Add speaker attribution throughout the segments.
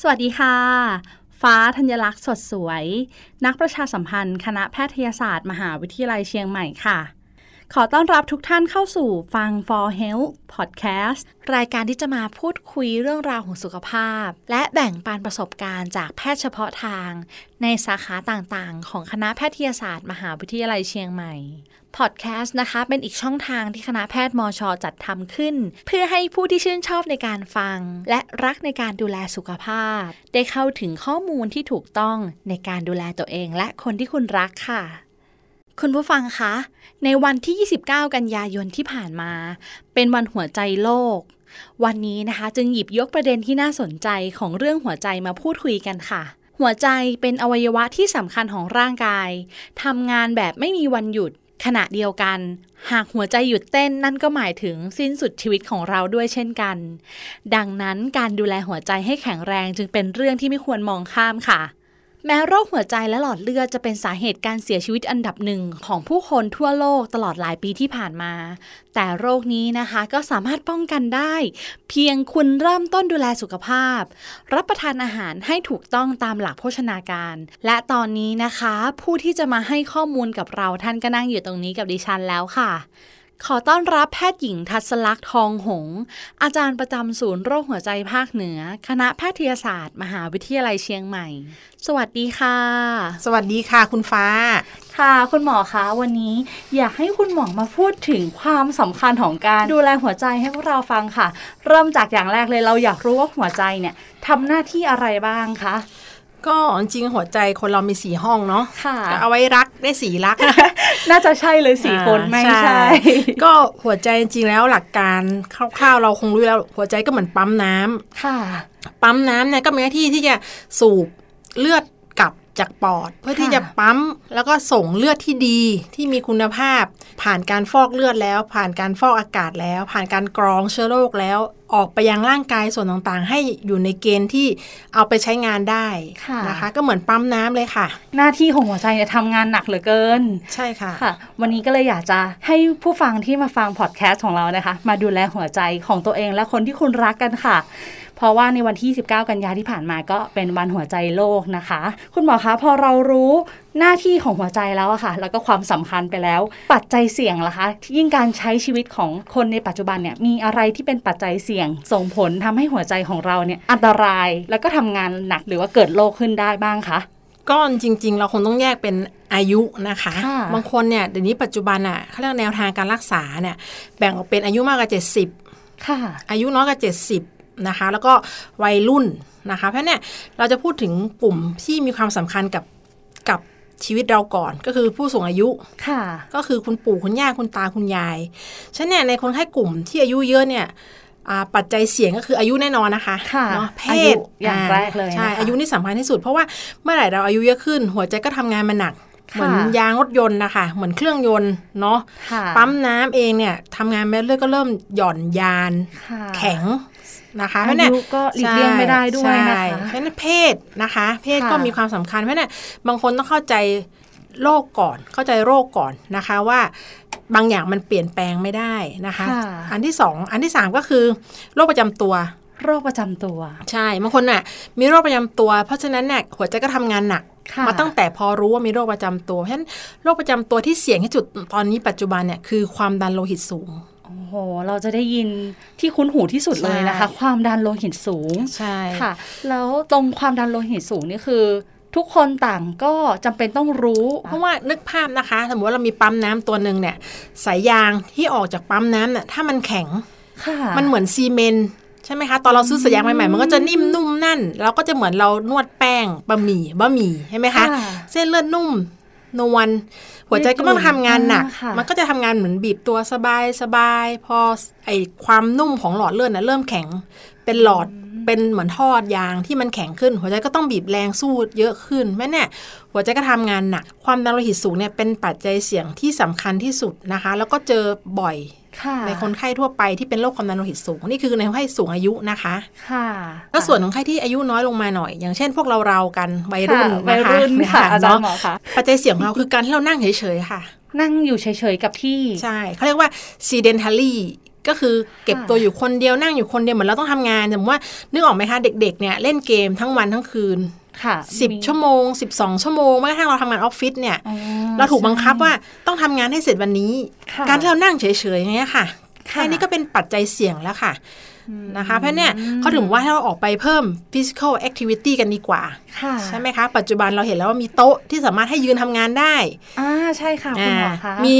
Speaker 1: สวัสดีค่ะ ฟ้าธัญลักษณ์สดสวย นักประชาสัมพันธ์คณะแพทยศาสตร์ มหาวิทยาลัยเชียงใหม่ค่ะ ขอต้อนรับทุกท่านเข้าสู่ฟัง For Health Podcast
Speaker 2: รายการที่จะมาพูดคุยเรื่องราวของสุขภาพ และแบ่งปันประสบการณ์จากแพทย์เฉพาะทาง ในสาขาต่างๆ ของคณะแพทยศาสตร์ มหาวิทยาลัยเชียงใหม่ พอดแคสต์นะคะ เป็นอีกช่องทางที่คณะแพทย์มอชอจัดทำขึ้น เพื่อให้ผู้ที่ชื่นชอบในการฟัง และรักในการดูแลสุขภาพ ได้เข้าถึงข้อมูลที่ถูกต้องในการดูแลตัวเอง และคนที่คุณรักค่ะ คุณผู้ฟังคะ ในวันที่ 29 กันยายนที่ผ่านมา เป็นวันหัวใจโลก วันนี้นะคะจึงหยิบยกประเด็นที่น่าสนใจของเรื่องหัวใจมาพูดคุยกันค่ะ หัวใจเป็นอวัยวะที่สำคัญของร่างกายทำงานแบบไม่มีวันหยุดขณะเดียวกัน หากหัวใจหยุดเต้นนั่นก็หมายถึงสิ้นสุดชีวิตของเราด้วยเช่นกัน ดังนั้นการดูแลหัวใจให้แข็งแรงจึงเป็นเรื่องที่ไม่ควรมองข้ามค่ะ แม้โรคหัวใจและหลอดเลือดจะเป็นสาเหตุการเสียชีวิตอันดับหนึ่งของผู้คนทั่วโลกตลอดหลายปีที่ผ่านมา แต่โรคนี้นะคะก็สามารถป้องกันได้ เพียงคุณเริ่มต้นดูแลสุขภาพ รับประทานอาหารให้ถูกต้องตามหลักโภชนาการ และตอนนี้นะคะ ผู้ที่จะมาให้ข้อมูลกับเราท่านก็นั่งอยู่ตรงนี้กับดิฉันแล้วค่ะ ขอต้อนรับแพทย์หญิงทัศลักษณ์ทองหงษ์อาจารย์ประจำศูนย์โรคหัวใจภาคเหนือ คณะแพทยศาสตร์ มหาวิทยาลัยเชียงใหม่ สวัสดีค่ะ
Speaker 3: สวัสดีค่ะคุณฟ้า
Speaker 1: ค่ะ คุณหมอคะวันนี้อยากให้คุณหมอมาพูดถึงความสำคัญของการดูแลหัวใจให้พวกเราฟังค่ะ เริ่มจากอย่างแรกเลยเราอยากรู้ว่าหัวใจเนี่ยทำหน้าที่อะไรบ้างคะ
Speaker 3: ก็จริงๆหัวใจคนเรามีสีห้องเนาะ
Speaker 1: ค่ะ
Speaker 3: ก็เอาไว้รักได้สี รัก
Speaker 1: น่าจะใช่เลยสี่คน
Speaker 3: อ่า
Speaker 1: ไม่ใช่
Speaker 3: ก็หัวใจจริงๆแล้วหลักการคร่าวๆเราคงรู้แล้วหัวใจก็เหมือนปั๊มน้ำ
Speaker 1: ค่ะ
Speaker 3: ปั๊มน้ำเนี่ยก็มีหน้าที่ที่จะสูบเลือดกลับจากปอด เพื่อที่จะปั๊มแล้วก็ส่งเลือดที่ดีที่มีคุณภาพ ผ่านการฟอกเลือดแล้ว ผ่านการฟอกอากาศแล้ว ผ่านการกรองเชื้อโรคแล้ว ออกไปยังร่างกายส่วนต่างๆ ให้อยู่ในเกณฑ์ที่เอาไปใช้งานได้
Speaker 1: ค่ะ
Speaker 3: นะคะ ก็เหมือนปั๊มน้ำเลยค่ะ
Speaker 1: หน้าที่ของหัวใจเนี่ยทำงานหนักเหลือเกิน
Speaker 3: ใช่ค่ะ
Speaker 1: ค่ะ วันนี้ก็เลยอยากจะให้ผู้ฟังที่มาฟังพอดแคสต์ของเรานะคะ มาดูแลหัวใจของตัวเองและคนที่คุณรักกันค่ะ เพราะว่าในวันที่ 19 กันยาที่ผ่านมาก็เป็นวันหัวใจโลกนะคะ คุณหมอคะพอเรารู้หน้าที่ของหัวใจแล้วอะค่ะ แล้วก็ความสำคัญไปแล้ว ปัจจัยเสี่ยงล่ะคะที่ยิ่งการใช้ชีวิตของคนในปัจจุบันเนี่ยมีอะไรที่เป็นปัจจัยเสี่ยง ส่งผลทำให้หัวใจของเราเนี่ยอันตราย แล้วก็ทำงานหนักหรือว่าเกิดโรคขึ้นได้บ้างคะ
Speaker 3: ก็จริง ๆ เราคงต้องแยกเป็นอายุนะคะ
Speaker 1: ค่ะ
Speaker 3: บางคนเนี่ยเดี๋ยวนี้ปัจจุบันอ่ะเขาเรียกแนวทางการรักษาเนี่ยแบ่งออกเป็นอายุมากกว่า 70
Speaker 1: ค่ะ
Speaker 3: อายุน้อยกว่า 70 นะคะ แล้วก็วัยรุ่นนะคะ เพราะฉะนั้นเนี่ยเราจะพูดถึงกลุ่มที่มีความสำคัญกับกับชีวิตเราก่อน ก็คือผู้สูงอายุ
Speaker 1: ค่ะ
Speaker 3: ก็คือคุณปู่คุณย่าคุณตาคุณยาย ฉะนั้นเนี่ยในคนไข้กลุ่มที่อายุเยอะเนี่ยอ่าปัจจัยเสี่ยงก็คืออายุแน่นอนนะคะ
Speaker 1: ค่ะ
Speaker 3: เนาะเพ
Speaker 1: อายุ
Speaker 3: ศ
Speaker 1: อย่างแรกเลยนะ
Speaker 3: ใช่
Speaker 1: คะ
Speaker 3: อายุนี่สำคัญที่สุด เพราะว่าเมื่อไหร่เราอายุเยอะขึ้น หัวใจก็ทำงานมันหนัก
Speaker 1: ค่ะ
Speaker 3: เหมือนยางรถยนต์นะคะเหมือนเครื่องยนต์เนาะ
Speaker 1: ค่ะ
Speaker 3: ปั๊มน้ำเองเนี่ยทำงานแม่เลือดก็เริ่มหย่อนยาน
Speaker 1: ค่ะ
Speaker 3: แข็งนะคะ
Speaker 1: อายุก็หลีกเลี่ยงไม่ได้ด้วยนะคะ
Speaker 3: ใช่เพราะฉะนั้นเพศนะคะ เพศ
Speaker 1: ค่ะ
Speaker 3: ก็มีความสำคัญเพราะฉะนั้นบางคนต้องเข้าใจโรคก่อนเข้าใจโรคก่อนนะคะว่าบางอย่างมันเปลี่ยนแปลงไม่ได้นะคะ
Speaker 1: ค่ะ
Speaker 3: อันที่สองอันที่สามก็คือโรคประจำตัว
Speaker 1: โรคประจำตัว
Speaker 3: ใช่บางคนน่ะมีโรคประจำตัว เพราะฉะนั้นเนี่ยหัวใจก็ทำงานหนัก
Speaker 1: ค่ะ
Speaker 3: มาตั้งแต่พอรู้ว่ามีโรคประจำตัวเพราะฉะนั้นโรคประจำตัวที่เสี่ยงที่สุดตอนนี้ปัจจุบันเนี่ยคือความดันโลหิตสูง
Speaker 1: โอ้โห เราจะได้ยินที่คุ้นหูที่สุดเลยนะคะ
Speaker 3: ใช่
Speaker 1: ความดันโลหิตสูง
Speaker 3: ใช่
Speaker 1: ค่ะ แล้วตรงความดันโลหิตสูงนี่คือ ทุกคนต่างก็จำเป็นต้องรู้
Speaker 3: เพราะว่านึกภาพนะคะ สมมติว่าเรามีปั๊มน้ำตัวหนึ่งเนี่ยสายยางที่ออกจากปั๊มน้ำเนี่ยถ้ามันแข็ง
Speaker 1: ค่ะ
Speaker 3: มันเหมือนซีเมนต์ใช่ไหมคะตอนเราซื้อสายยางใหม่ๆมันก็จะนิ่มนุ่มนั่นเราก็จะเหมือนเรานวดแป้งบะหมี่บะหมี่ใช่ไหมคะ เส้นเลือดนุ่มนวลหัวใจก็ต้องทำงานหนัก
Speaker 1: อ่าค่ะ
Speaker 3: มันก็จะทำงานเหมือนบีบตัวสบายสบายพอไอความนุ่มของหลอดเลือดน่ะเริ่มแข็งเป็นหลอด เป็นเหมือนทอดยางที่มันแข็งขึ้น หัวใจก็ต้องบีบแรงสู้เยอะขึ้นแม่เนี่ยหัวใจก็ทำงานหนัก ความดันโลหิตสูงเนี่ยเป็นปัจจัยเสี่ยงที่สำคัญที่สุดนะคะ แล้วก็เจอบ่อย
Speaker 1: ค่ะ
Speaker 3: ในคนไข้ทั่วไปที่เป็นโรคความดันโลหิตสูง นี่คือในคนไข้สูงอายุนะคะ
Speaker 1: ค่ะ
Speaker 3: ก็ส่วนของไข้ที่อายุน้อยลงมาหน่อย อย่างเช่นพวกเราเราๆกันวัย
Speaker 1: ค่ะ
Speaker 3: รุ่น
Speaker 1: วัย
Speaker 3: นะคะ
Speaker 1: รุ่นค่ะอาจารย์หม
Speaker 3: เนาะ
Speaker 1: อคะ
Speaker 3: ปัจจัยเสี่ยงของเราคือการที่เรานั่งเฉยๆค่ะ
Speaker 1: นั่งอยู่เฉยๆกับที่
Speaker 3: ใช่เขาเรียกว่า sedentary ก็คือเก็บ
Speaker 1: ค่ะ
Speaker 3: ตัวอยู่คนเดียวนั่งอยู่คนเดียวเหมือนเราต้องทำงานแต่ว่านึกออกไหมคะเด็กๆเนี่ยเล่นเกมทั้งวันทั้งคืน
Speaker 1: ค่ะมี
Speaker 3: 10 ชั่วโมง 12 ชั่วโมงแม้กระทั่งเราทำงานออฟฟิศเนี่ย
Speaker 1: อ๋อ
Speaker 3: เราถูกบังคับ
Speaker 1: ใช่
Speaker 3: ว่าต้องทำงานให้เสร็จวันนี้
Speaker 1: ค่ะ
Speaker 3: การที่เรานั่งเฉยๆอย่างเงี้ยค่ะ
Speaker 1: ค่ะ
Speaker 3: แค่นี้ก็เป็นปัจจัยเสี่ยงแล้วค่ะนะคะเพราะเนี่ยเขาถึงว่าให้เราออกไปเพิ่ม physical activity กันดีกว่า
Speaker 1: ค่ะ
Speaker 3: ใช่ไหมคะ ปัจจุบันเราเห็นแล้วว่ามีโต๊ะที่สามารถให้ยืนทำงานได้
Speaker 1: อ่าใช่ค่ะคุณหมอคะ
Speaker 3: อ่ามี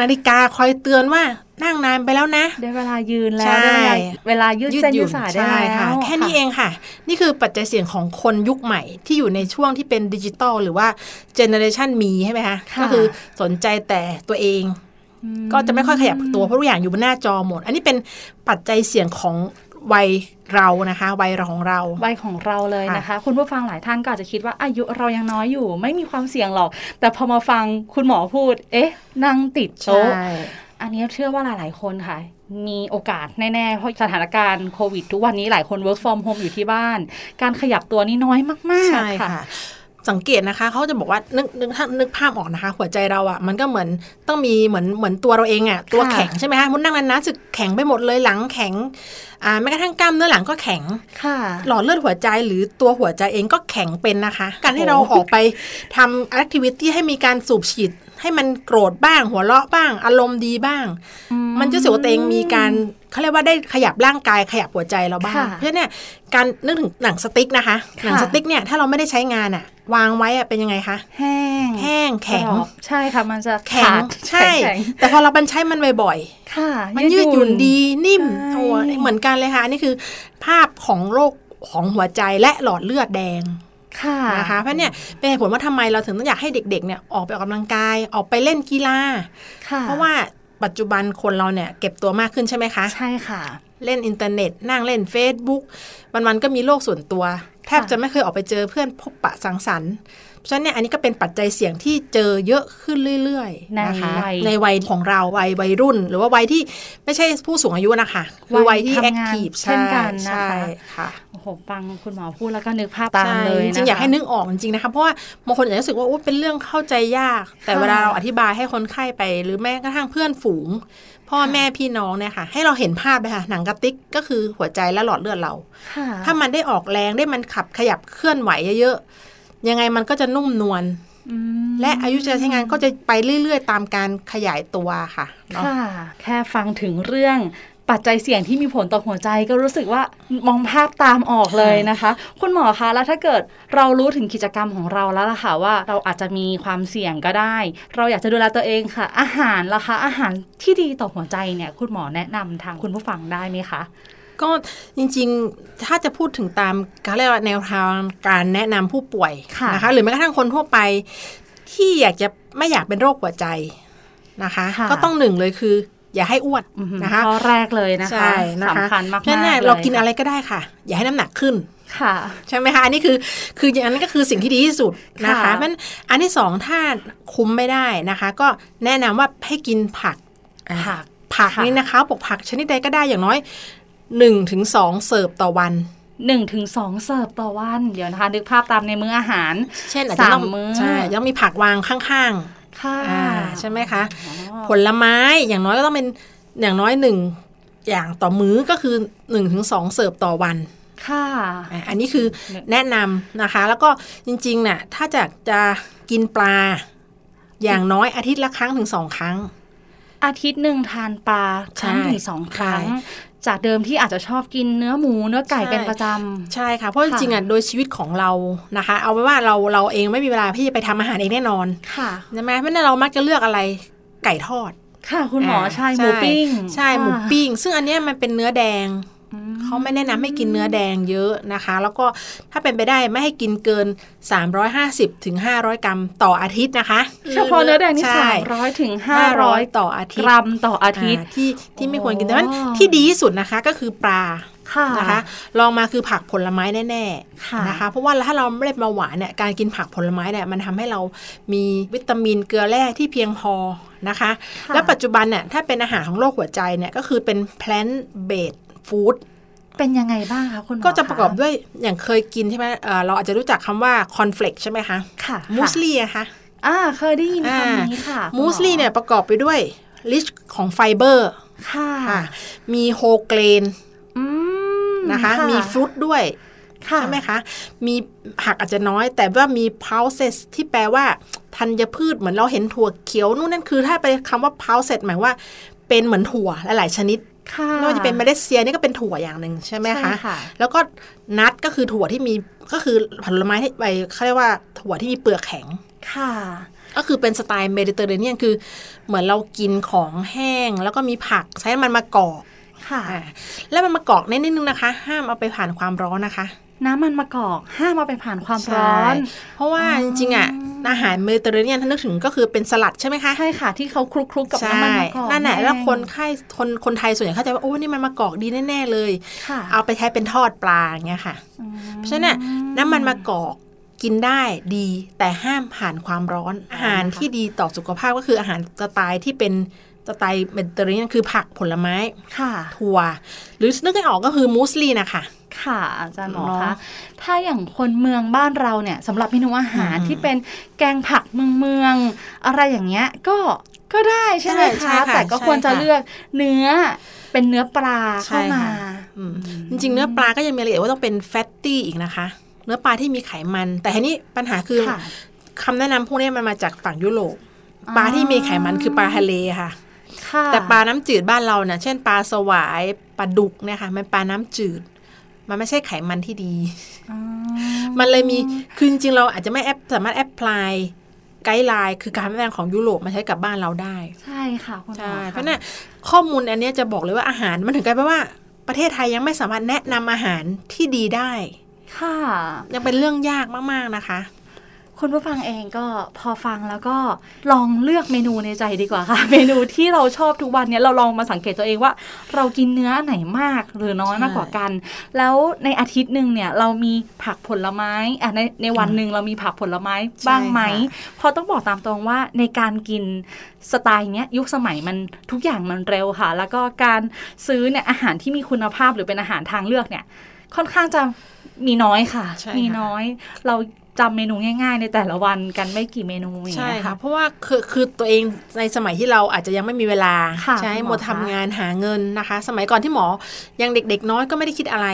Speaker 3: นาฬิกาคอยเตือนว่านั่งนานไปแล้วนะ
Speaker 1: ได้เวลายืนแล้
Speaker 3: ใช่
Speaker 1: วได้เวลาเวลายืดเส้นยืดสายได้
Speaker 3: ใช่
Speaker 1: แล้
Speaker 3: ค่ะ
Speaker 1: ว
Speaker 3: แค่นี้เองค่ะ นี่คือปัจจัยเสี่ยงของคนยุคใหม่ที่อยู่ในช่วงที่เป็นดิจิตอลหรือว่าเจเนอเรชันมีใช่ไหมคะ
Speaker 1: ค่ะ
Speaker 3: ก็คือสนใจแต่ตัวเอง ก็จะไม่ค่อยขยับตัวเพราะทุกอย่างอยู่บนหน้าจอหมด อันนี้เป็นปัจจัยเสี่ยงของวัยเรานะคะวัยเราของเรา
Speaker 1: วัยของเราเลยนะคะ คุณผู้ฟังหลายท่านก็อาจจะคิดว่าอายุเรายังน้อยอยู่ ไม่มีความเสี่ยงหรอก แต่พอมาฟังคุณหมอพูด เอ๊ะ นั่งติดโต๊ะ อันนี้เชื่อว่าหลาย ๆ คนค่ะ มีโอกาสแน่ ๆ เพราะสถานการณ์โควิด ทุกวันนี้หลายคน work from home อยู่ที่บ้าน การขยับตัวนี่น้อยมาก
Speaker 3: ใช่
Speaker 1: ๆ ค่ะ
Speaker 3: ค่ะ สังเกตนะคะเขาจะบอกว่านึกนึกถ้านึกภาพออกนะคะ หัวใจเราอะ่ะมันก็เหมือนต้องมีเหมือนเหมือนตัวเราเองอะ่ะตัว
Speaker 1: ค่ะ
Speaker 3: แข็งใช่ไหมคะมุดนั่งนานๆสึกแข็งไปหมดเลยหลังแข็งอ่าแม้กระทั่งกล้ามเนื้อหลังก็แข็ง
Speaker 1: ค่ะ
Speaker 3: หลอดเลือดหัวใจหรือตัวหัวใจเองก็แข็งเป็นนะคะ การที่เราออกไปทำแอคทิวิตี้ให้มีการสูบฉีด ให้มันโกรธบ้าง หัวเราะบ้าง อารมณ์ดีบ้าง มันจะรู้สึกว่าตัวเองมีการเขาเรียกว่าได้ขยับร่างกายขยับหัวใจเราบ้าง
Speaker 1: ค่ะ
Speaker 3: เพราะฉะนั้นเนี่ยการนึกถึงหนังสติ๊กนะคะ หนัง
Speaker 1: ค่ะ
Speaker 3: สติ๊กเนี่ยถ้าเราไม่ได้ใช้งานอะวางไว้อะเป็นยังไงคะ
Speaker 1: แห้ง
Speaker 3: แห้งแข็ง
Speaker 1: กรอบใช่ค่ะ มันจะ
Speaker 3: แข็ง
Speaker 1: ขาด
Speaker 3: ใช่
Speaker 1: แข็ง
Speaker 3: แต่พอเราบันใช้มันบ่อยๆ
Speaker 1: ๆค่ะ
Speaker 3: มันยืดหยุ่นดีนิ่ม
Speaker 1: ใช่
Speaker 3: โอ้ยเหมือนกันเลยค่ะอันนี่คือภาพของโรคของหัวใจและหลอดเลือดแดง
Speaker 1: ค่ะ
Speaker 3: นะคะเพราะเนี่ยเป็นเหตุผลว่าทำไมเราถึงต้องอยากให้เด็กๆเนี่ยออกไปออกกำลังกายออกไปเล่นกีฬา
Speaker 1: ค่ะ
Speaker 3: เพราะว่าปัจจุบันคนเราเนี่ยเก็บตัวมากขึ้นใช่ไหมคะ
Speaker 1: ใช่ค่ะ
Speaker 3: เล่นอินเทอร์เน็ต นั่งเล่น Facebook วันๆก็มีโลกส่วนตัว แทบจะไม่เคยออกไปเจอเพื่อนพบปะสังสรรค์เพราะฉะนั้นเนี่ยอันนี้ก็เป็นปัจจัยเสี่ยงที่เจอเยอะขึ้นเรื่อย
Speaker 1: ใน
Speaker 3: ๆนะคะ
Speaker 1: วัย
Speaker 3: ในวัยของเราวัยวัยรุ่น หรือว่าวัยที่ไม่ใช่ผู้สูงอายุนะคะคือ
Speaker 1: วั
Speaker 3: วั
Speaker 1: ย
Speaker 3: ยที่แอง
Speaker 1: ทำาน
Speaker 3: คทีฟ
Speaker 1: เช่นกันนะคะ
Speaker 3: ใช่ค่ะ
Speaker 1: โอ้โหฟังคุณหมอพูดแล้วก็นึกภาพตาม
Speaker 3: ใช่
Speaker 1: เลยนะ
Speaker 3: จริง
Speaker 1: คะ
Speaker 3: ๆอยากให้นึกออกจริงๆนะคะ เพราะว่าบางคนอาจจะรู้สึกว่าโอ้เป็นเรื่องเข้าใจยาก แต่
Speaker 1: ค่ะ
Speaker 3: เวลาเราอธิบายให้คนไข้ไป หรือแม้กระทั่งเพื่อนฝูง พ่อแม่พี่น้องเนี่ยค่ะให้เราเห็นภาพเลยค่ะหนังกระติกก็คือหัวใจและหลอดเลือดเรา
Speaker 1: ค่ะ
Speaker 3: ถ้ามันได้ออกแรงได้มันขับขยับเคลื่อนไหวเยอะๆ ยังไงมันก็จะนุ่มนวลและอายุการใช้งานก็จะไปเรื่อยๆ ตามการขยายตัวค่ะเนาะ
Speaker 1: ค่ะ แค่ฟังถึงเรื่องปัจจัยเสี่ยงที่มีผลต่อหัวใจก็รู้สึกว่ามองภาพตามออกเลยนะคะ คุณหมอคะแล้วถ้าเกิดเรารู้ถึงกิจกรรมของเราแล้วล่ะค่ะว่าเราอาจจะมีความเสี่ยงก็ได้ เราอยากจะดูแลตัวเองค่ะ อาหารล่ะคะ อาหารที่ดีต่อหัวใจเนี่ย คุณหมอแนะนำทางคุณผู้ฟังได้ไหมคะ
Speaker 3: ก็จริงๆ ถ้าจะพูดถึงตามเขาเรียกว่าแนวทางการแนะนำผู้ป่วย
Speaker 1: ค่ะ
Speaker 3: นะคะ หรือแม้กระทั่งคนทั่วไปที่อยากจะไม่อยากเป็นโรคหัวใจนะคะ
Speaker 1: ค่ะ
Speaker 3: ก็ต้องหนึ่งเลยคือ อย่าให้อ้วน
Speaker 1: อือหือ
Speaker 3: นะคะ
Speaker 1: ข้อแรกเลยนะคะ
Speaker 3: ใช่นะคะ
Speaker 1: สำคัญมากๆ
Speaker 3: นั่นน่ะ
Speaker 1: ลย
Speaker 3: เรากินอะไรก็ได้ค่ะ อย่าให้น้ำหนักขึ้น
Speaker 1: ค่ะ
Speaker 3: ใช่ไหมคะอันนี้คือคืออย่างนั้นก็คือสิ่งที่ดีที่สุดนะ
Speaker 1: ค่ะ
Speaker 3: คะมันอันที่สองถ้าคุ้มไม่ได้นะคะ ก็แนะนำว่าให้กินผัก
Speaker 1: ผัก
Speaker 3: ผัก
Speaker 1: ค่ะ
Speaker 3: นี่นะคะบอกผักชนิดใดก็ได้อย่างน้อย1นถึงสเสิร์ฟต่อวัน
Speaker 1: หนึ่งถึงสองเสิร์ฟต่อวันเดี๋ยวนะคะนึกภาพตามในมื้ออาหาร
Speaker 3: เช่นอาจจะต้อง
Speaker 1: สามมื้อ
Speaker 3: ใช่ต้องมีผักวางข้าง
Speaker 1: ค่ะ
Speaker 3: ๆอ่าใช่ไหมคะ
Speaker 1: อ๋อ
Speaker 3: ผลไม้อย่างน้อยก็ต้องเป็นอย่างน้อยหนึ่งอย่างต่อมื้อก็คือ1นถึงสเสิร์ฟต่อวัน
Speaker 1: ค่ะ
Speaker 3: อ่ะอันนี้คือแนะนำนะคะ แล้วก็จริงๆน่ะถ้าจะจะกินปลา อย่างน้อยอาทิตย์ละครั้งถึงสองครั้ง
Speaker 1: อาทิตย์หนึ่งทานปลาค
Speaker 3: ใช่
Speaker 1: รั้งหนึ่งสองครั้ง
Speaker 3: ใช่
Speaker 1: จากเดิมที่อาจจะชอบกินเนื้อหมูเนื้อไก่
Speaker 3: ใช่
Speaker 1: เป็นประจ
Speaker 3: ใช่ค่ะ เพราะจริงๆอ่ะโดยชีวิตของเรานะคะ เอาไว้ว่าเราเราเองไม่มีเวลาที่จะไปทำอาหารเองแน่นอน
Speaker 1: ำค่ะ
Speaker 3: ใช่ไหมเพราะฉะนั้นเรามักจะเลือกอะไรไก่ทอด
Speaker 1: ค่ะคุณหมอ
Speaker 3: อ่า
Speaker 1: ใช่หมูปิ้ง
Speaker 3: ใช่
Speaker 1: ค่ะ
Speaker 3: หมูปิ้ง ซึ่งอันเนี้ยมันเป็นเนื้อแดง
Speaker 1: อืม
Speaker 3: เขาไม่แนะนำให้กินเนื้อแดงเยอะนะคะ แล้วก็ถ้าเป็นไปได้ไม่ให้กินเกิน 350ถึง500 กรัมต่ออาทิตย์นะคะ
Speaker 1: เฉพาะเนื้อแดงนี่
Speaker 3: ใช่
Speaker 1: สามร้อยถึงห้าร้อย
Speaker 3: 500 ต่ออาทิต
Speaker 1: ก
Speaker 3: ย์
Speaker 1: รัมต่ออาทิตย์
Speaker 3: อ่าที่ที่ไม่ควรกิน
Speaker 1: โอ้
Speaker 3: แต่ว่าที่ดีที่สุดนะคะก็คือปลา
Speaker 1: ค่ะ
Speaker 3: นะคะลองมาคือผักผลไม้แน่
Speaker 2: ค่ะ
Speaker 3: ๆนะคะเพราะว่าถ้าเราไม่ได้เบาหวานเนี่ยการกินผักผลไม้เนี่ยมันทำให้เรามีวิตามินเกลือแร่ที่เพียงพอนะคะ
Speaker 2: ค่ะ
Speaker 3: และปัจจุบันเนี่ยถ้าเป็นอาหารของโรคหัวใจเนี่ยก็คือเป็น plant based food
Speaker 2: เป็นยังไงบ้างคะคุณหมอ
Speaker 3: ก็จะประกอบด้วยอย่างเคยกินใช่ไหมเอ่อเราอาจจะรู้จักคำว่า cornflakes ใช่ไหมคะ
Speaker 2: ค่ะ
Speaker 3: มูสลี่อะคะ
Speaker 2: อ่าเคยได้ยิน
Speaker 3: อ่า
Speaker 2: คำนี้ค่ะคุณหอ
Speaker 3: มูสลี่เนี่ยประกอบไปด้วยลิชของไฟเบอร์
Speaker 2: ค่ะ
Speaker 3: ค่ะมีโฮเกรน
Speaker 2: อืม
Speaker 3: นะคะมีฟรุตด้วย
Speaker 2: ค่ะ
Speaker 3: ใช่ไหมคะ มีผักอาจจะน้อย แต่ว่ามี pulses ที่แปลว่าธัญพืชเหมือนเราเห็นถั่วเขียวนู่นนั่นคือถ้าไปคำว่า pulses หมายว่าเป็นเหมือนถั่วหลายๆชนิด
Speaker 2: ค่ะ
Speaker 3: ไม่ว่าจะเป็นเมล็ดเซียนี่ก็เป็นถั่วอย่างหนึ่งใช่ไหม
Speaker 2: ใช่
Speaker 3: คะ
Speaker 2: ค่ะ
Speaker 3: แล้วก็นัดก็คือถั่วที่มีก็คือผลไม้ที่ไปเขาเรียกว่าถั่วที่มีเปลือกแข็ง
Speaker 2: ค่ะ
Speaker 3: ก็คือเป็นสไตล์เมดิเตอร์เรเนียนคือเหมือนเรากินของแห้ง แล้วก็มีผักใช้น้ำมันมะกอก
Speaker 2: ค่ะ
Speaker 3: อ่าแล้วมันมะกอกเน้นนิดนึงนะคะ ห้ามเอาไปผ่านความร้อนนะคะ
Speaker 1: น้ำมันมะกอกห้ามเอาไปผ่านความร้อน
Speaker 3: ใช่เพราะว่าจริงๆอ่ะอาหารเมดิเตอร์เรเนียนถ้านึกถึงก็คือเป็นสลัดใช่ไหมคะ
Speaker 1: ใช่ค่ะที่เขาคลุกๆกับน้ำมันมะกอก
Speaker 3: นั่นแหละ
Speaker 1: ห้ง
Speaker 3: แล้วคนไข้คนคนไทยส่วนใหญ่เข้าใจว่าโอ้นี่มันมะกอกดีแน่ๆเลย
Speaker 1: ค่ะ
Speaker 3: เอาไปใช้เป็นทอดปลาอย่างเงี้ยค่ะ เพราะฉะนั้นน่ะน้ำมันมะกอกกินได้ดี แต่ห้ามผ่านความร้อน อาหารที่ดีต่อสุขภาพก็คืออาหารสไตล์ที่เป็นสไตล์เมดิเตอร์เรเนียนคือผักผลไม้
Speaker 1: ค่ะ
Speaker 3: ถั่ว หรือนึกให้ออกก็คือมูสลีนะคะ
Speaker 1: ค่ะอาจารย์หมอ
Speaker 3: เนอะ
Speaker 1: คะถ้าอย่างคนเมืองบ้านเราเนี่ยสำหรับเมนูอาหาร
Speaker 3: อืม
Speaker 1: ที่เป็นแกงผักเมืองเมืองๆอะไรอย่างเงี้ยก็ก็ได้ใช่ไหม
Speaker 3: ใช่
Speaker 1: คะ
Speaker 3: ใช่ค่ะ
Speaker 1: แต่ก็
Speaker 3: ใช่
Speaker 1: ควรจะ
Speaker 3: ค่ะ
Speaker 1: เลือกเนื้อเป็นเนื้อปลา
Speaker 3: ใช่
Speaker 1: เข้ามา
Speaker 3: ค่ะ อืมจริงๆเนื้อปลาก็ยังมีรายละเอียดว่าต้องเป็นแฟตตี้อีกนะคะ เนื้อปลาที่มีไขมัน แต่ทีนี้ปัญหาคือ
Speaker 1: ค่ะ
Speaker 3: คำแนะนำพวกนี้มันมาจากฝั่งยุโรป
Speaker 1: อ่า
Speaker 3: ปลาที่มีไขมันคือปลาทะเลค่ะ
Speaker 1: ค่ะ
Speaker 3: แต่ปลาน้ำจืดบ้านเราเนี่ยเช่นปลาสวายปลาดุกเนี่ยค่ะมันปลาน้ำจืด มันไม่ใช่ไขมันที่ดี
Speaker 1: อ๋อ
Speaker 3: มันเลยมีคือจริงๆเราอาจจะไม่แอปสามารถแอปพลายไกด์ไลน์คือการแนะนำของยุโรปมาใช้กับบ้านเราได้
Speaker 1: ใช่ค่ะคุณหมอ
Speaker 3: ใช่
Speaker 1: ค่
Speaker 3: เพราะฉะนั้นข้อมูลอันเนี้ยจะบอกเลยว่าอาหารมันถึงกลายเป็นว่าประเทศไทยยังไม่สามารถแนะนำอาหารที่ดีได้
Speaker 1: ค่ะ
Speaker 3: ยังเป็นเรื่องยากมาก ๆ นะคะ
Speaker 1: คุณผู้ฟังเองก็พอฟังแล้วก็ลองเลือกเมนูในใจดีกว่าค่ะ เมนูที่เราชอบทุกวันเนี้ยเราลองมาสังเกตตัวเองว่า เรากินเนื้ออันไหนมากหรือน้อย
Speaker 3: ใช่
Speaker 1: มากกว่ากัน แล้วในอาทิตย์หนึ่งเนี่ยเรามีผักผลไม้อ่ะในในวันหนึ่งเรามีผักผลไม้บ้างไหม
Speaker 3: ใช่ค่
Speaker 1: เพอต้องบอกตามตรงว่าในการกินสไตล์เนี้ยยุคสมัยมันทุกอย่างมันเร็วค่ะ แล้วก็การซื้อเนี่ยอาหารที่มีคุณภาพหรือเป็นอาหารทางเลือกเนี่ย ค่อนข้างจะมีน้อยค่ะ
Speaker 3: ใช่ค่ะ
Speaker 1: มีน้อย เราจำเมนูง่าย ๆ ในแต่ละวันกันไม่กี่เมนูอย่าง
Speaker 3: ใช่
Speaker 1: เงี้ย
Speaker 3: ค่ะ
Speaker 1: ค่ะ
Speaker 3: เพราะว่าคือคือตัวเองในสมัยที่เราอาจจะยังไม่มีเวลา
Speaker 1: ค่ะ
Speaker 3: ใช้
Speaker 1: คุณหมอ
Speaker 3: หมดทำ
Speaker 1: คะ
Speaker 3: งานหาเงินนะคะ สมัยก่อนที่หมอยังเด็กๆน้อยก็ไม่ได้คิดอะไร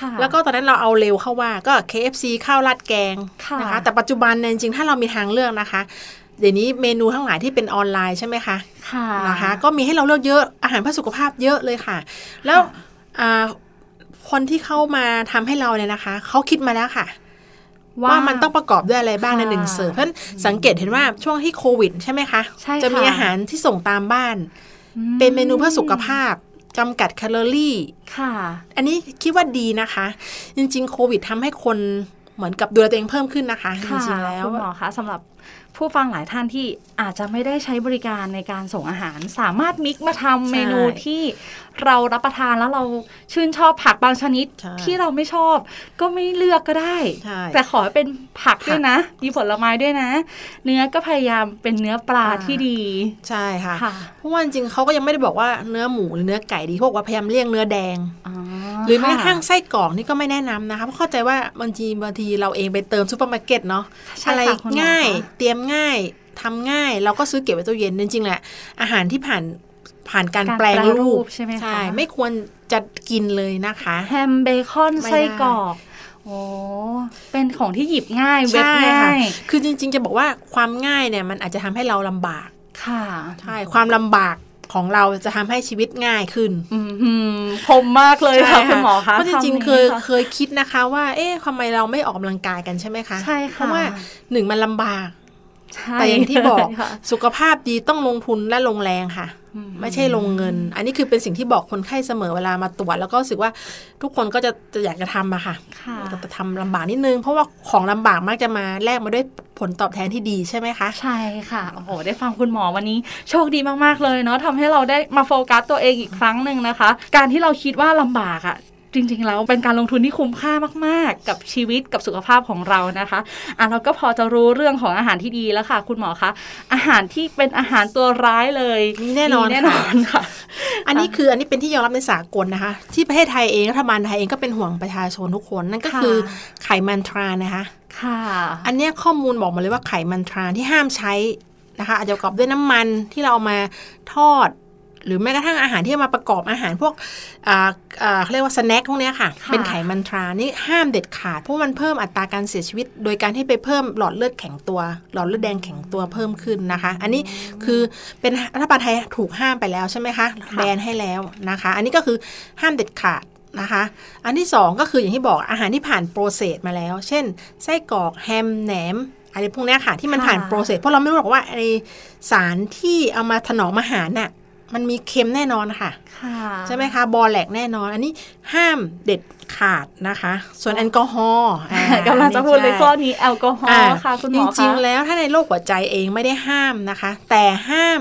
Speaker 1: ค่ะ
Speaker 3: แล้วก็ตอนนั้นเราเอาเร็วเข้าว่าก็ KFC ข้าวราดแกง
Speaker 1: ค่ะ
Speaker 3: นะคะ แต่ปัจจุบันเนี่ยจริงๆ ถ้าเรามีทางเลือกนะคะ เดี๋ยวนี้เมนูทั้งหลายที่เป็นออนไลน์ใช่ไหมคะ
Speaker 1: ค่ะ
Speaker 3: นะคะ ก็มีให้เราเลือกเยอะอาหารเพื่อสุขภาพเยอะเลยค่ะ แล้วอ่าคนที่เข้ามาทำให้เราเนี่ยนะคะเขาคิดมาแล้วค่ะ ว่ามันต้องประกอบด้วยอะไรบ้างใน
Speaker 1: ค่ะ
Speaker 3: หนึ่งเสิร์ฟเพราะฉะนั้นสังเกตเห็นว่าช่วงที่โควิดใช่ไหมคะ
Speaker 1: ใช่ค่ะ
Speaker 3: จะมีอาหารที่ส่งตามบ้าน
Speaker 1: อื
Speaker 3: เป็นเมนูเพื่อสุขภาพจำกัดแคลอรี่
Speaker 1: ค่ะ
Speaker 3: อันนี้คิดว่าดีนะคะ จริงๆ โควิดทำให้คนเหมือนกับดูแลตัวเองเพิ่มขึ้นนะคะ จ
Speaker 1: ค่ะ
Speaker 3: ริงๆแล้ว
Speaker 1: คุณหมอคะสำหรับผู้ฟังหลายท่านที่อาจจะไม่ได้ใช้บริการในการส่งอาหาร สามารถมิกมาทำเมนู
Speaker 3: ใช่
Speaker 1: ที่เรารับประทานแล้วเราชื่นชอบผักบางชนิด
Speaker 3: ใช่
Speaker 1: ที่เราไม่ชอบ ก็ไม่เลือกก็ได้
Speaker 3: ใช่
Speaker 1: แต่ขอให้เป็นผัก
Speaker 3: ผัก
Speaker 1: ด้วยนะ มีผลไม้ด้วยนะ เนื้อก็พยายามเป็นเนื้อปลา
Speaker 3: อ่า
Speaker 1: ที่ดี
Speaker 3: ใช่ค่ะ
Speaker 1: ค่ะ
Speaker 3: เพราะว่าจริงๆเขาก็ยังไม่ได้บอกว่าเนื้อหมูหรือเนื้อไก่ดีเขาบอกว่าพยายามเลี่ยงเนื้อแดง
Speaker 1: อ๋อ
Speaker 3: หรือแม้กระทั่ง
Speaker 1: ค่ะ
Speaker 3: ไส้กรอกนี่ก็ไม่แนะนำนะคะเพราะเข้าใจว่าบางทีบางทีเราเองไปเติมซูเปอร์มาร์เก็ตเนาะ
Speaker 1: ใช่
Speaker 3: อะไร
Speaker 1: ค่ะคุณหมอ
Speaker 3: ง่าย
Speaker 1: คะ
Speaker 3: เตรียมง่ายทำง่าย เราก็ซื้อเก็บไว้ตู้เย็นจริงๆแหละอาหารที่ผ่านผ่านการ
Speaker 1: การ
Speaker 3: แปลง
Speaker 1: แปรรู
Speaker 3: รู
Speaker 1: ป
Speaker 3: ป
Speaker 1: ใช่ไหมคะ
Speaker 3: ใช่ไม่ควรจะกินเลยนะคะ
Speaker 1: แฮมเบคอน
Speaker 3: ไม่ได้
Speaker 1: ไส้กรอกโอ้เป็นของที่หยิบง่ายเว็บ
Speaker 3: ใช่
Speaker 1: ง่า
Speaker 3: ค่ะ
Speaker 1: ย
Speaker 3: คือจริงๆ จะบอกว่าความง่ายเนี่ยมันอาจจะทำให้เราลำบาก
Speaker 1: ค่ะ
Speaker 3: ใช่ ความลำบากของเราจะทำให้ชีวิตง่ายขึ้น
Speaker 1: อืมคมมากเลยค่ะคุณหมอคะ
Speaker 3: เพราะจริง
Speaker 1: ำ
Speaker 3: ๆ
Speaker 1: นี้
Speaker 3: เคย
Speaker 1: ะ
Speaker 3: เคยคิดนะคะว่า เอ๊ะทำไมเราไม่ออกกำลังกายกันใช่ไหมคะ
Speaker 1: ใช่ค่ะ
Speaker 3: เพราะว่าหนึ่งมันลำบาก
Speaker 1: ใช่
Speaker 3: แต่อย่างที่บอก
Speaker 1: ค่ะ
Speaker 3: สุขภาพดีต้องลงทุนและลงแรงค่ะ
Speaker 1: อืม
Speaker 3: ไม่ใช่ลงเงิน อันนี้คือเป็นสิ่งที่บอกคนไข้เสมอเวลามาตรวจแล้วก็รู้สึกว่าทุกคนก็จะจะอยากจะทำอะค่ะ
Speaker 1: ค่ะ
Speaker 3: แต่ทำลำบากนิดนึง เพราะว่าของลำบากมักจะมาแลกมาด้วยผลตอบแทนที่ดีใช่ไหมคะ
Speaker 1: ใช่ค่ะโอ้โหได้ฟังคุณหมอวันนี้ โชคดีมากๆเลยเนาะทำให้เราได้มาโฟกัสตัวเองอีกครั้งหนึ่งนะคะ การที่เราคิดว่าลำบากอะ จริงๆแล้วเป็นการลงทุนที่คุ้มค่ามากๆ กับชีวิตกับสุขภาพของเรานะคะอ่ะเราก็พอจะรู้เรื่องของอาหารที่ดีแล้วค่ะ คุณหมอคะอาหารที่เป็นอาหารตัวร้ายเลย
Speaker 3: มีแน่นอน
Speaker 1: มีแน่นอนค่ะ
Speaker 3: อันนี้คืออันนี้เป็นที่ยอมรับในสากลนะคะ ที่ประเทศไทยเองรัฐบาลไทยเองก็เป็นห่วงประชาชนทุกคน นั่นก็
Speaker 1: ค่ะ
Speaker 3: คือไขมันทราน นะคะ
Speaker 1: ค่ะ
Speaker 3: อันเนี้ยข้อมูลบอกมาเลยว่าไขมันทรานที่ห้ามใช้นะคะ อาจจะประกอบด้วยน้ำมันที่เราเอามาทอด หรือแม้กระทั่งอาหารที่เอามาประกอบอาหารพวกอ่าอ่าเขาเรียกว่าสแน็คพวกเนี้ยค่ะ
Speaker 1: ค่ะ
Speaker 3: เป็นไขมันทรานนี่ห้ามเด็ดขาดเพราะมันเพิ่มอัตราการเสียชีวิต โดยการที่ไปเพิ่มหลอดเลือดแข็งตัว หลอดเลือดแดงแข็งตัวเพิ่มขึ้นนะคะ อันนี้คือเป็นรัฐบาลไทยถูกห้ามไปแล้วใช่ไหมคะแบนให้แล้วนะคะ อันนี้ก็คือห้ามเด็ดขาดนะคะ อันที่ 2 ก็คืออย่างที่บอกอาหารที่ผ่านโปรเซสมาแล้ว เช่น ไส้กรอกแฮมแหนมอะไรพวกเนี้ยค่ะ ที่มัน
Speaker 1: ค่ะ
Speaker 3: ผ่านโปรเซสเพราะเราไม่รู้หรอกว่าไอสารที่เอามาถนอมอาหารน่ะมันมีเค็มแน่นอนค่ะ
Speaker 1: ค่ะ
Speaker 3: ใช่ไหมคะบอแหลกแน่นอน อันนี้ห้ามเด็ดขาดนะคะ ส่วนแอลกอฮอล์อ่า
Speaker 1: กำลังจะพูดเลยข้อนี้แอลกอฮอล์ค่ะ คุณหมอ
Speaker 3: จริง
Speaker 1: คะ
Speaker 3: ๆ แล้วถ้าในโรคหัวใจเองไม่ได้ห้ามนะคะ แต่ห้าม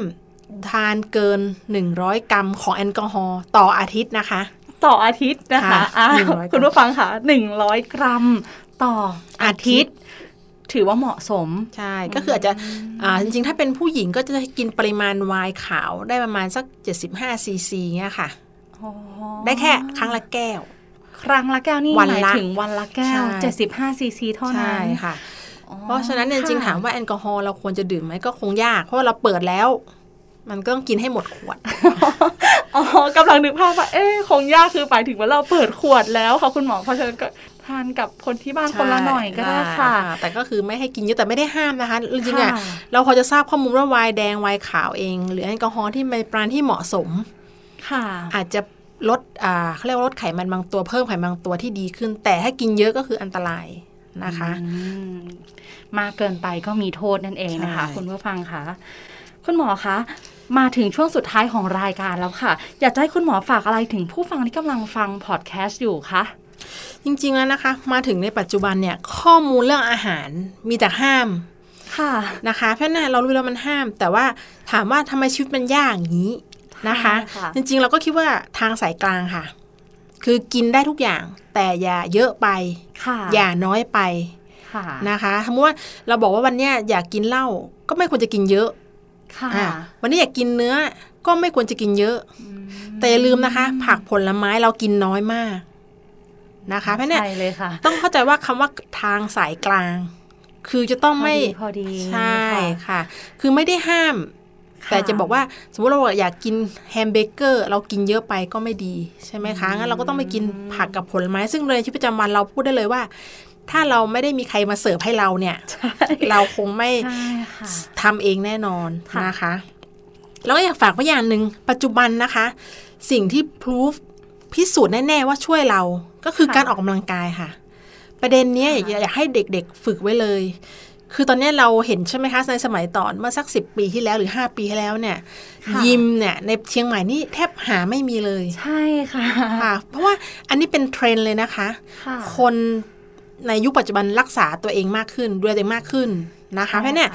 Speaker 3: ทานเกิน 100 กรัมของแอลกอฮอล์ต่ออาทิตย์นะคะ
Speaker 1: ต่ออาทิตย์นะคะ
Speaker 3: ค่ะ
Speaker 1: อ่า
Speaker 3: หนึ่งร้อยกรัม
Speaker 1: คุณผู้ฟังค่ะ100 กรัมต่ออาทิตย์ ถือว่าเหมาะสม
Speaker 3: ใช่ก็คืออาจจะอ่าจริงๆ ถ้าเป็นผู้หญิงก็จะกินปริมาณไวน์ขาวได้ประมาณสัก 75ซีซีเงี้ยค่ะ ได้แค่ครั้งละแก้ว
Speaker 1: ครั้งละแก้วนี่
Speaker 3: วัน
Speaker 1: ห
Speaker 3: ละ
Speaker 1: มายถึงวันละแก้ว
Speaker 3: ใช่
Speaker 1: 75 ซีซีเท่า
Speaker 3: ใช่
Speaker 1: นั้น
Speaker 3: ค่ะ
Speaker 1: อ๋อ
Speaker 3: เพราะฉะนั้นเนี่ยจ
Speaker 1: ค่
Speaker 3: ริงๆถามว่าแอลกอฮอล์เราควรจะดื่มไหมก็คงยาก เพราะว่าเราเปิดแล้ว มันก็ต้องกินให้หมดขวด
Speaker 1: อ๋อกำลังนึกภาพว่าเอ๊ะคงยากคือหมายถึงว่าเราเปิดขวดแล้วค่ะคุณหมอเพราะฉะนั้นก็ทานกับคนที่บ้านคนละหน่อยก็ได้ค่ะ
Speaker 3: ใช่แต่ก็คือไม่ให้กินเยอะแต่ไม่ได้ห้ามนะคะจริงๆอ่ะ
Speaker 1: ค่ะ
Speaker 3: เราพอจะทราบข้อมูลว่าไวน์แดงไวน์ขาวเอง หรือแอลกอฮอล์ที่ในปริมาณที่เหมาะสม
Speaker 1: ค่ะ
Speaker 3: อาจจะลดอ่าเขาเรียกว่าลดไขมันบางตัวเพิ่มไขมันบางตัวที่ดีขึ้น แต่ถ้ากินเยอะก็คืออันตรายนะคะ
Speaker 1: อืมมากเกินไปก็มีโทษนั่นเองนะคะ
Speaker 3: ใช่
Speaker 1: คุณผู้ฟังคะคุณหมอคะ มาถึงช่วงสุดท้ายของรายการแล้วค่ะ อยากจะให้คุณหมอฝากอะไรถึงผู้ฟังที่กำลังฟังพอดแคสต์อยู่คะ
Speaker 3: จริงๆแล้วนะคะ มาถึงในปัจจุบันเนี่ยข้อมูลเรื่องอาหารมีแต่ห้าม
Speaker 1: ค่ะ
Speaker 3: นะคะเพราะฉะนั้นเรารู้แล้วมันห้าม แต่ว่าถามว่าทำไมชีวิตมันยากอย่างนี้นะคะ
Speaker 1: ใช่ค่ะ
Speaker 3: จริงๆเราก็คิดว่าทางสายกลางค่ะ คือกินได้ทุกอย่าง แต่อย่าเยอะไป
Speaker 1: ค่ะ
Speaker 3: อย่าน้อยไป
Speaker 1: ค่ะ
Speaker 3: นะคะสมมติว่าเราบอกว่าวันเนี้ยอยากกินเหล้าก็ไม่ควรจะกินเยอะ
Speaker 1: ค่ะ
Speaker 3: อ่ะวันนี้อยากกินเนื้อก็ไม่ควรจะกินเยอะ แต่อย่าลืมนะคะ ผักผลไม้เรากินน้อยมากนะคะเพราะเนี่ย
Speaker 1: ใช่เลยค่ะ
Speaker 3: ต้องเข้าใจว่าคำว่าทางสายกลาง คือจะต้องไม่
Speaker 1: พอดี
Speaker 3: ใช่ค่ะ คือไม่ได้ห้าม
Speaker 1: ค่
Speaker 3: แต่จะบอกว่าสมมติเราอยากกินแฮมเบเกอร์เรากินเยอะไปก็ไม่ดีใช่ไหมคะงั้นเราก็ต้องไปกินผักกับผลไม้ ซึ่งในชีวิตประจำวันเราพูดได้เลยว่า ถ้าเราไม่ได้มีใครมาเสิร์ฟให้เราเนี่ย
Speaker 1: ใช่
Speaker 3: เราคงไม่
Speaker 1: ใช่ค่ะ
Speaker 3: ทำเองแน่นอน
Speaker 1: ค่ะ
Speaker 3: นะคะ แล้วก็อยากฝากไว้อย่างหนึ่งปัจจุบันนะคะ สิ่งที่พิสูจพิสูจน์แน่ ๆ ว่าช่วยเราก็คือการออกกำลังกายค่ะ ประเด็นเนี้ยอยากอยากให้เด็กๆฝึกไว้เลย คือตอนเนี้ยเราเห็นใช่ไหมคะในสมัยตอนเมื่อสักสิปีที่แล้วหรือ 5 ปีที่แล้วเนี่ย
Speaker 1: ค่ะ
Speaker 3: ยิมเนี่ยในเชียงใหม่นี่แทบหาไม่มีเลย
Speaker 1: ใช่ค่ะ
Speaker 3: ค่ะ เพราะว่าอันนี้เป็นเทรนด์เลยนะคะ
Speaker 1: ค่ะ
Speaker 3: คนในยุคปัจจุบันรักษาตัวเองมากขึ้นดูแลตัวเองมากขึ้นนะคะเพราะเนี่ย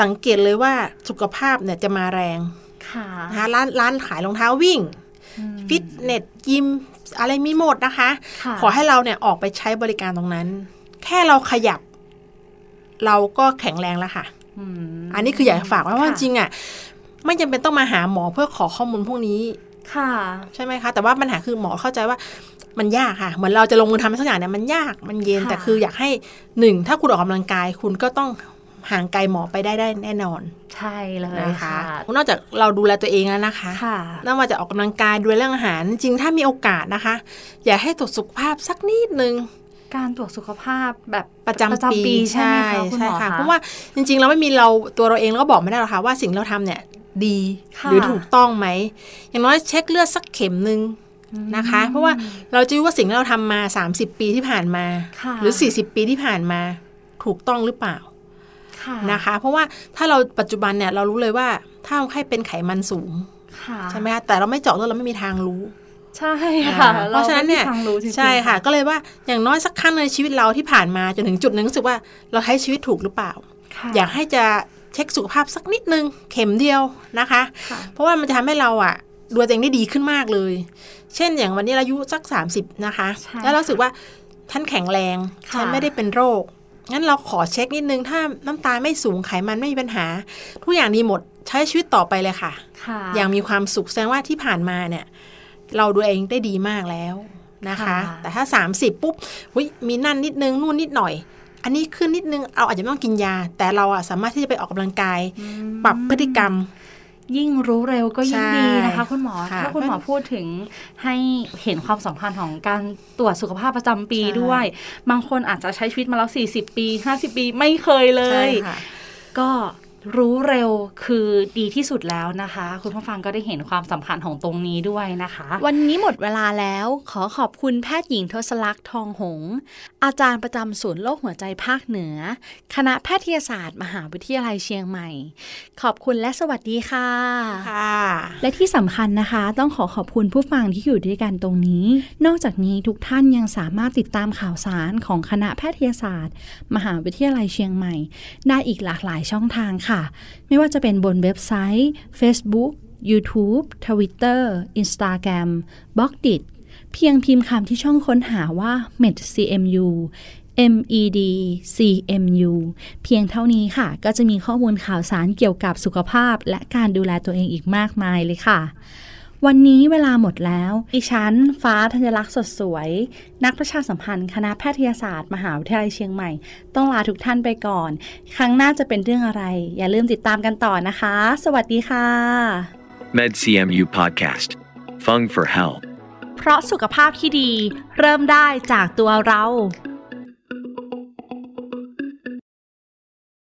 Speaker 3: สังเกตเลยว่าสุขภาพเนี่ยจะมาแรง
Speaker 1: ค่ะ
Speaker 3: นะคะร้านร้านขายรองเท้าวิ่ง
Speaker 1: อืม
Speaker 3: ฟิตเนสยิมอะไรมีหมดนะคะ
Speaker 1: ค่ะ
Speaker 3: ขอให้เราเนี่ยออกไปใช้บริการตรงนั้น แค่เราขยับ เราก็แข็งแรงแล้วค่ะ
Speaker 1: อืม
Speaker 3: อันนี้คืออยากจะฝากไว้ว่า
Speaker 1: ค่ะ
Speaker 3: จริงๆอ่ะไม่จำเป็นต้องมาหาหมอเพื่อขอข้อมูลพวกนี้
Speaker 1: ค่ะ
Speaker 3: ใช่ไหมคะ แต่ว่าปัญหาคือหมอเข้าใจว่ามันยากค่ะ เหมือนเราจะลงมือทำอะไรสักอย่างเนี่ยมันยากมันเย็น
Speaker 1: ค่ะ
Speaker 3: แต่คืออยากให้หนึ่งถ้าคุณออกกำลังกาย คุณก็ต้องห่างไกลหมอไปได้ได้แน่นอน
Speaker 1: ใช่เลย
Speaker 3: นะคะ
Speaker 1: ค่ะ
Speaker 3: นอกจากเราดูแลตัวเองแล้วนะคะ
Speaker 1: ค่ะ
Speaker 3: นอกจากออกกำลังกายดูแลเรื่องอาหารจริงๆถ้ามีโอกาสนะคะ อยากให้ตรวจสุขภาพสักนิดนึง
Speaker 1: การตรวจสุขภาพแบบ
Speaker 3: ประจำปี
Speaker 1: ใช่ไหมคะคุณหมอคะ
Speaker 3: เพราะว่าจริงๆเราไม่มีเราตัวเราเองเราก็บอกไม่ได้หรอกค่ะว่าสิ่งที่เราทำเนี่ยดี
Speaker 1: ค่ะ
Speaker 3: หรือถูกต้องไหม อย่างน้อยเช็คเลือดสักเข็มหนึ่งนะคะ เพราะว่าเราจะรู้ว่าสิ่งที่เราทำมา 30 ปีที่ผ่านมา
Speaker 1: ค่ะ
Speaker 3: หรือ 40 ปีที่ผ่านมาถูกต้องหรือเปล่า
Speaker 1: ค่ะ
Speaker 3: นะคะ เพราะว่าถ้าเราปัจจุบันเนี่ยเรารู้เลยว่าถ้าคนไข้เป็นไขมันสูง
Speaker 1: ค่ะ
Speaker 3: ใช่ไหมคะแต่เราไม่เจาะเลือดเราไม่มีทางรู้
Speaker 1: ใช่ค่ะ
Speaker 3: อ่าเพราะฉะนั้นเนี่ย
Speaker 1: รไม่มีทางรู้จริงๆ
Speaker 3: ใช่ค่ะ ก็เลยว่าอย่างน้อยสักครั้งในชีวิตเราที่ผ่านมาจนถึงจุดหนึงรู้สึกว่าเราใช้ชีวิตถูกหรือเปล่า
Speaker 1: ค่ะ
Speaker 3: อยากให้จะเช็คสุขภาพสักนิดนึงเข็มเดียวนะคะ
Speaker 1: ค่ะ
Speaker 3: เพราะว่ามันจะทำให้เราอ่ะ ดูแลตัวเองได้ดีขึ้นมากเลย เช่นอย่างวันนี้เราอายุสัก 30 นะคะ
Speaker 4: ใช่
Speaker 3: แล้วเรารู้สึกว่าท่านแข็งแรง
Speaker 4: ค่ะ
Speaker 3: ฉันไม่ได้เป็นโรค งั้นเราขอเช็คนิดนึง ถ้าน้ำตาไม่สูงไขมันไม่มีปัญหา ทุกอย่างดีหมดใช้ชีวิตต่อไปเลยค่ะ
Speaker 4: ค่ะ
Speaker 3: อย่างมีความสุขแสดงว่าที่ผ่านมาเนี่ย เราดูเองได้ดีมากแล้วนะคะ
Speaker 4: ค่ะ
Speaker 3: แต่ถ้า 30 ปุ๊บหุยมีนั่นนิดนึงนู่นนิดหน่อย อันนี้ขึ้นนิดนึงเราอาจจะไม่ต้องกินยา แต่เราอะสามารถที่จะไปออกกำลังกาย ปรับพฤติกรรม
Speaker 4: ยิ่งรู้เร็วก็ยิ่งดีนะคะ
Speaker 3: ใช่
Speaker 4: คุณหมอ
Speaker 3: ค่ะ
Speaker 4: ถ้าคุณหมอพูดถึงให้เห็นความสำคัญของการตรวจสุขภาพประจำปี
Speaker 3: ใช่
Speaker 4: ด้วย บางคนอาจจะใช้ชีวิตมาแล้ว 40 ปี 50 ปีไม่เคยเล
Speaker 3: ใช่
Speaker 4: ย
Speaker 3: ค่ะ
Speaker 4: ก็รู้เร็วคือดีที่สุดแล้วนะคะ คุณผู้ฟังก็ได้เห็นความสำคัญของตรงนี้ด้วยนะคะ
Speaker 1: วันนี้หมดเวลาแล้ว ขอขอบคุณแพทย์หญิงทศลักษ์ทองหงษ์อาจารย์ประจำศูนย์โรคหัวใจภาคเหนือ คณะแพทยศาสตร์ มหาวิทยาลัยเชียงใหม่ ขอบคุณและสวัสดีค่ะ
Speaker 3: ค่ะ
Speaker 1: และที่สำคัญนะคะต้องขอขอบคุณผู้ฟังที่อยู่ด้วยกันตรงนี้ นอกจากนี้ทุกท่านยังสามารถติดตามข่าวสารของคณะแพทยศาสตร์ มหาวิทยาลัยเชียงใหม่ ได้อีกหลากหลายช่องทางค่ะ ไม่ว่าจะเป็นบนเว็บไซต์ Facebook YouTube Twitter Instagram b l o g d i t เพียงพิมพ์คำที่ช่องค้นหาว่า medcmu medcmu เพียงเท่านี้ค่ะ ก็จะมีข้อมูลข่าวสารเกี่ยวกับสุขภาพ และการดูแลตัวเองอีกมากมายเลยค่ะ วันนี้เวลาหมดแล้วดิฉัน ฟ้าธัญลักษณ์สดสวย นักประชาสัมพันธ์ คณะแพทยศาสตร์ มหาวิทยาลัยเชียงใหม่ ต้องลาทุกท่านไปก่อน ครั้งหน้าจะเป็นเรื่องอะไร อย่าลืมติดตามกันต่อนะคะ สวัสดีค่ะ
Speaker 5: MedCMU Podcast. Fung for Health.
Speaker 1: เพราะสุขภาพที่ดี เริ่มได้จากตัวเรา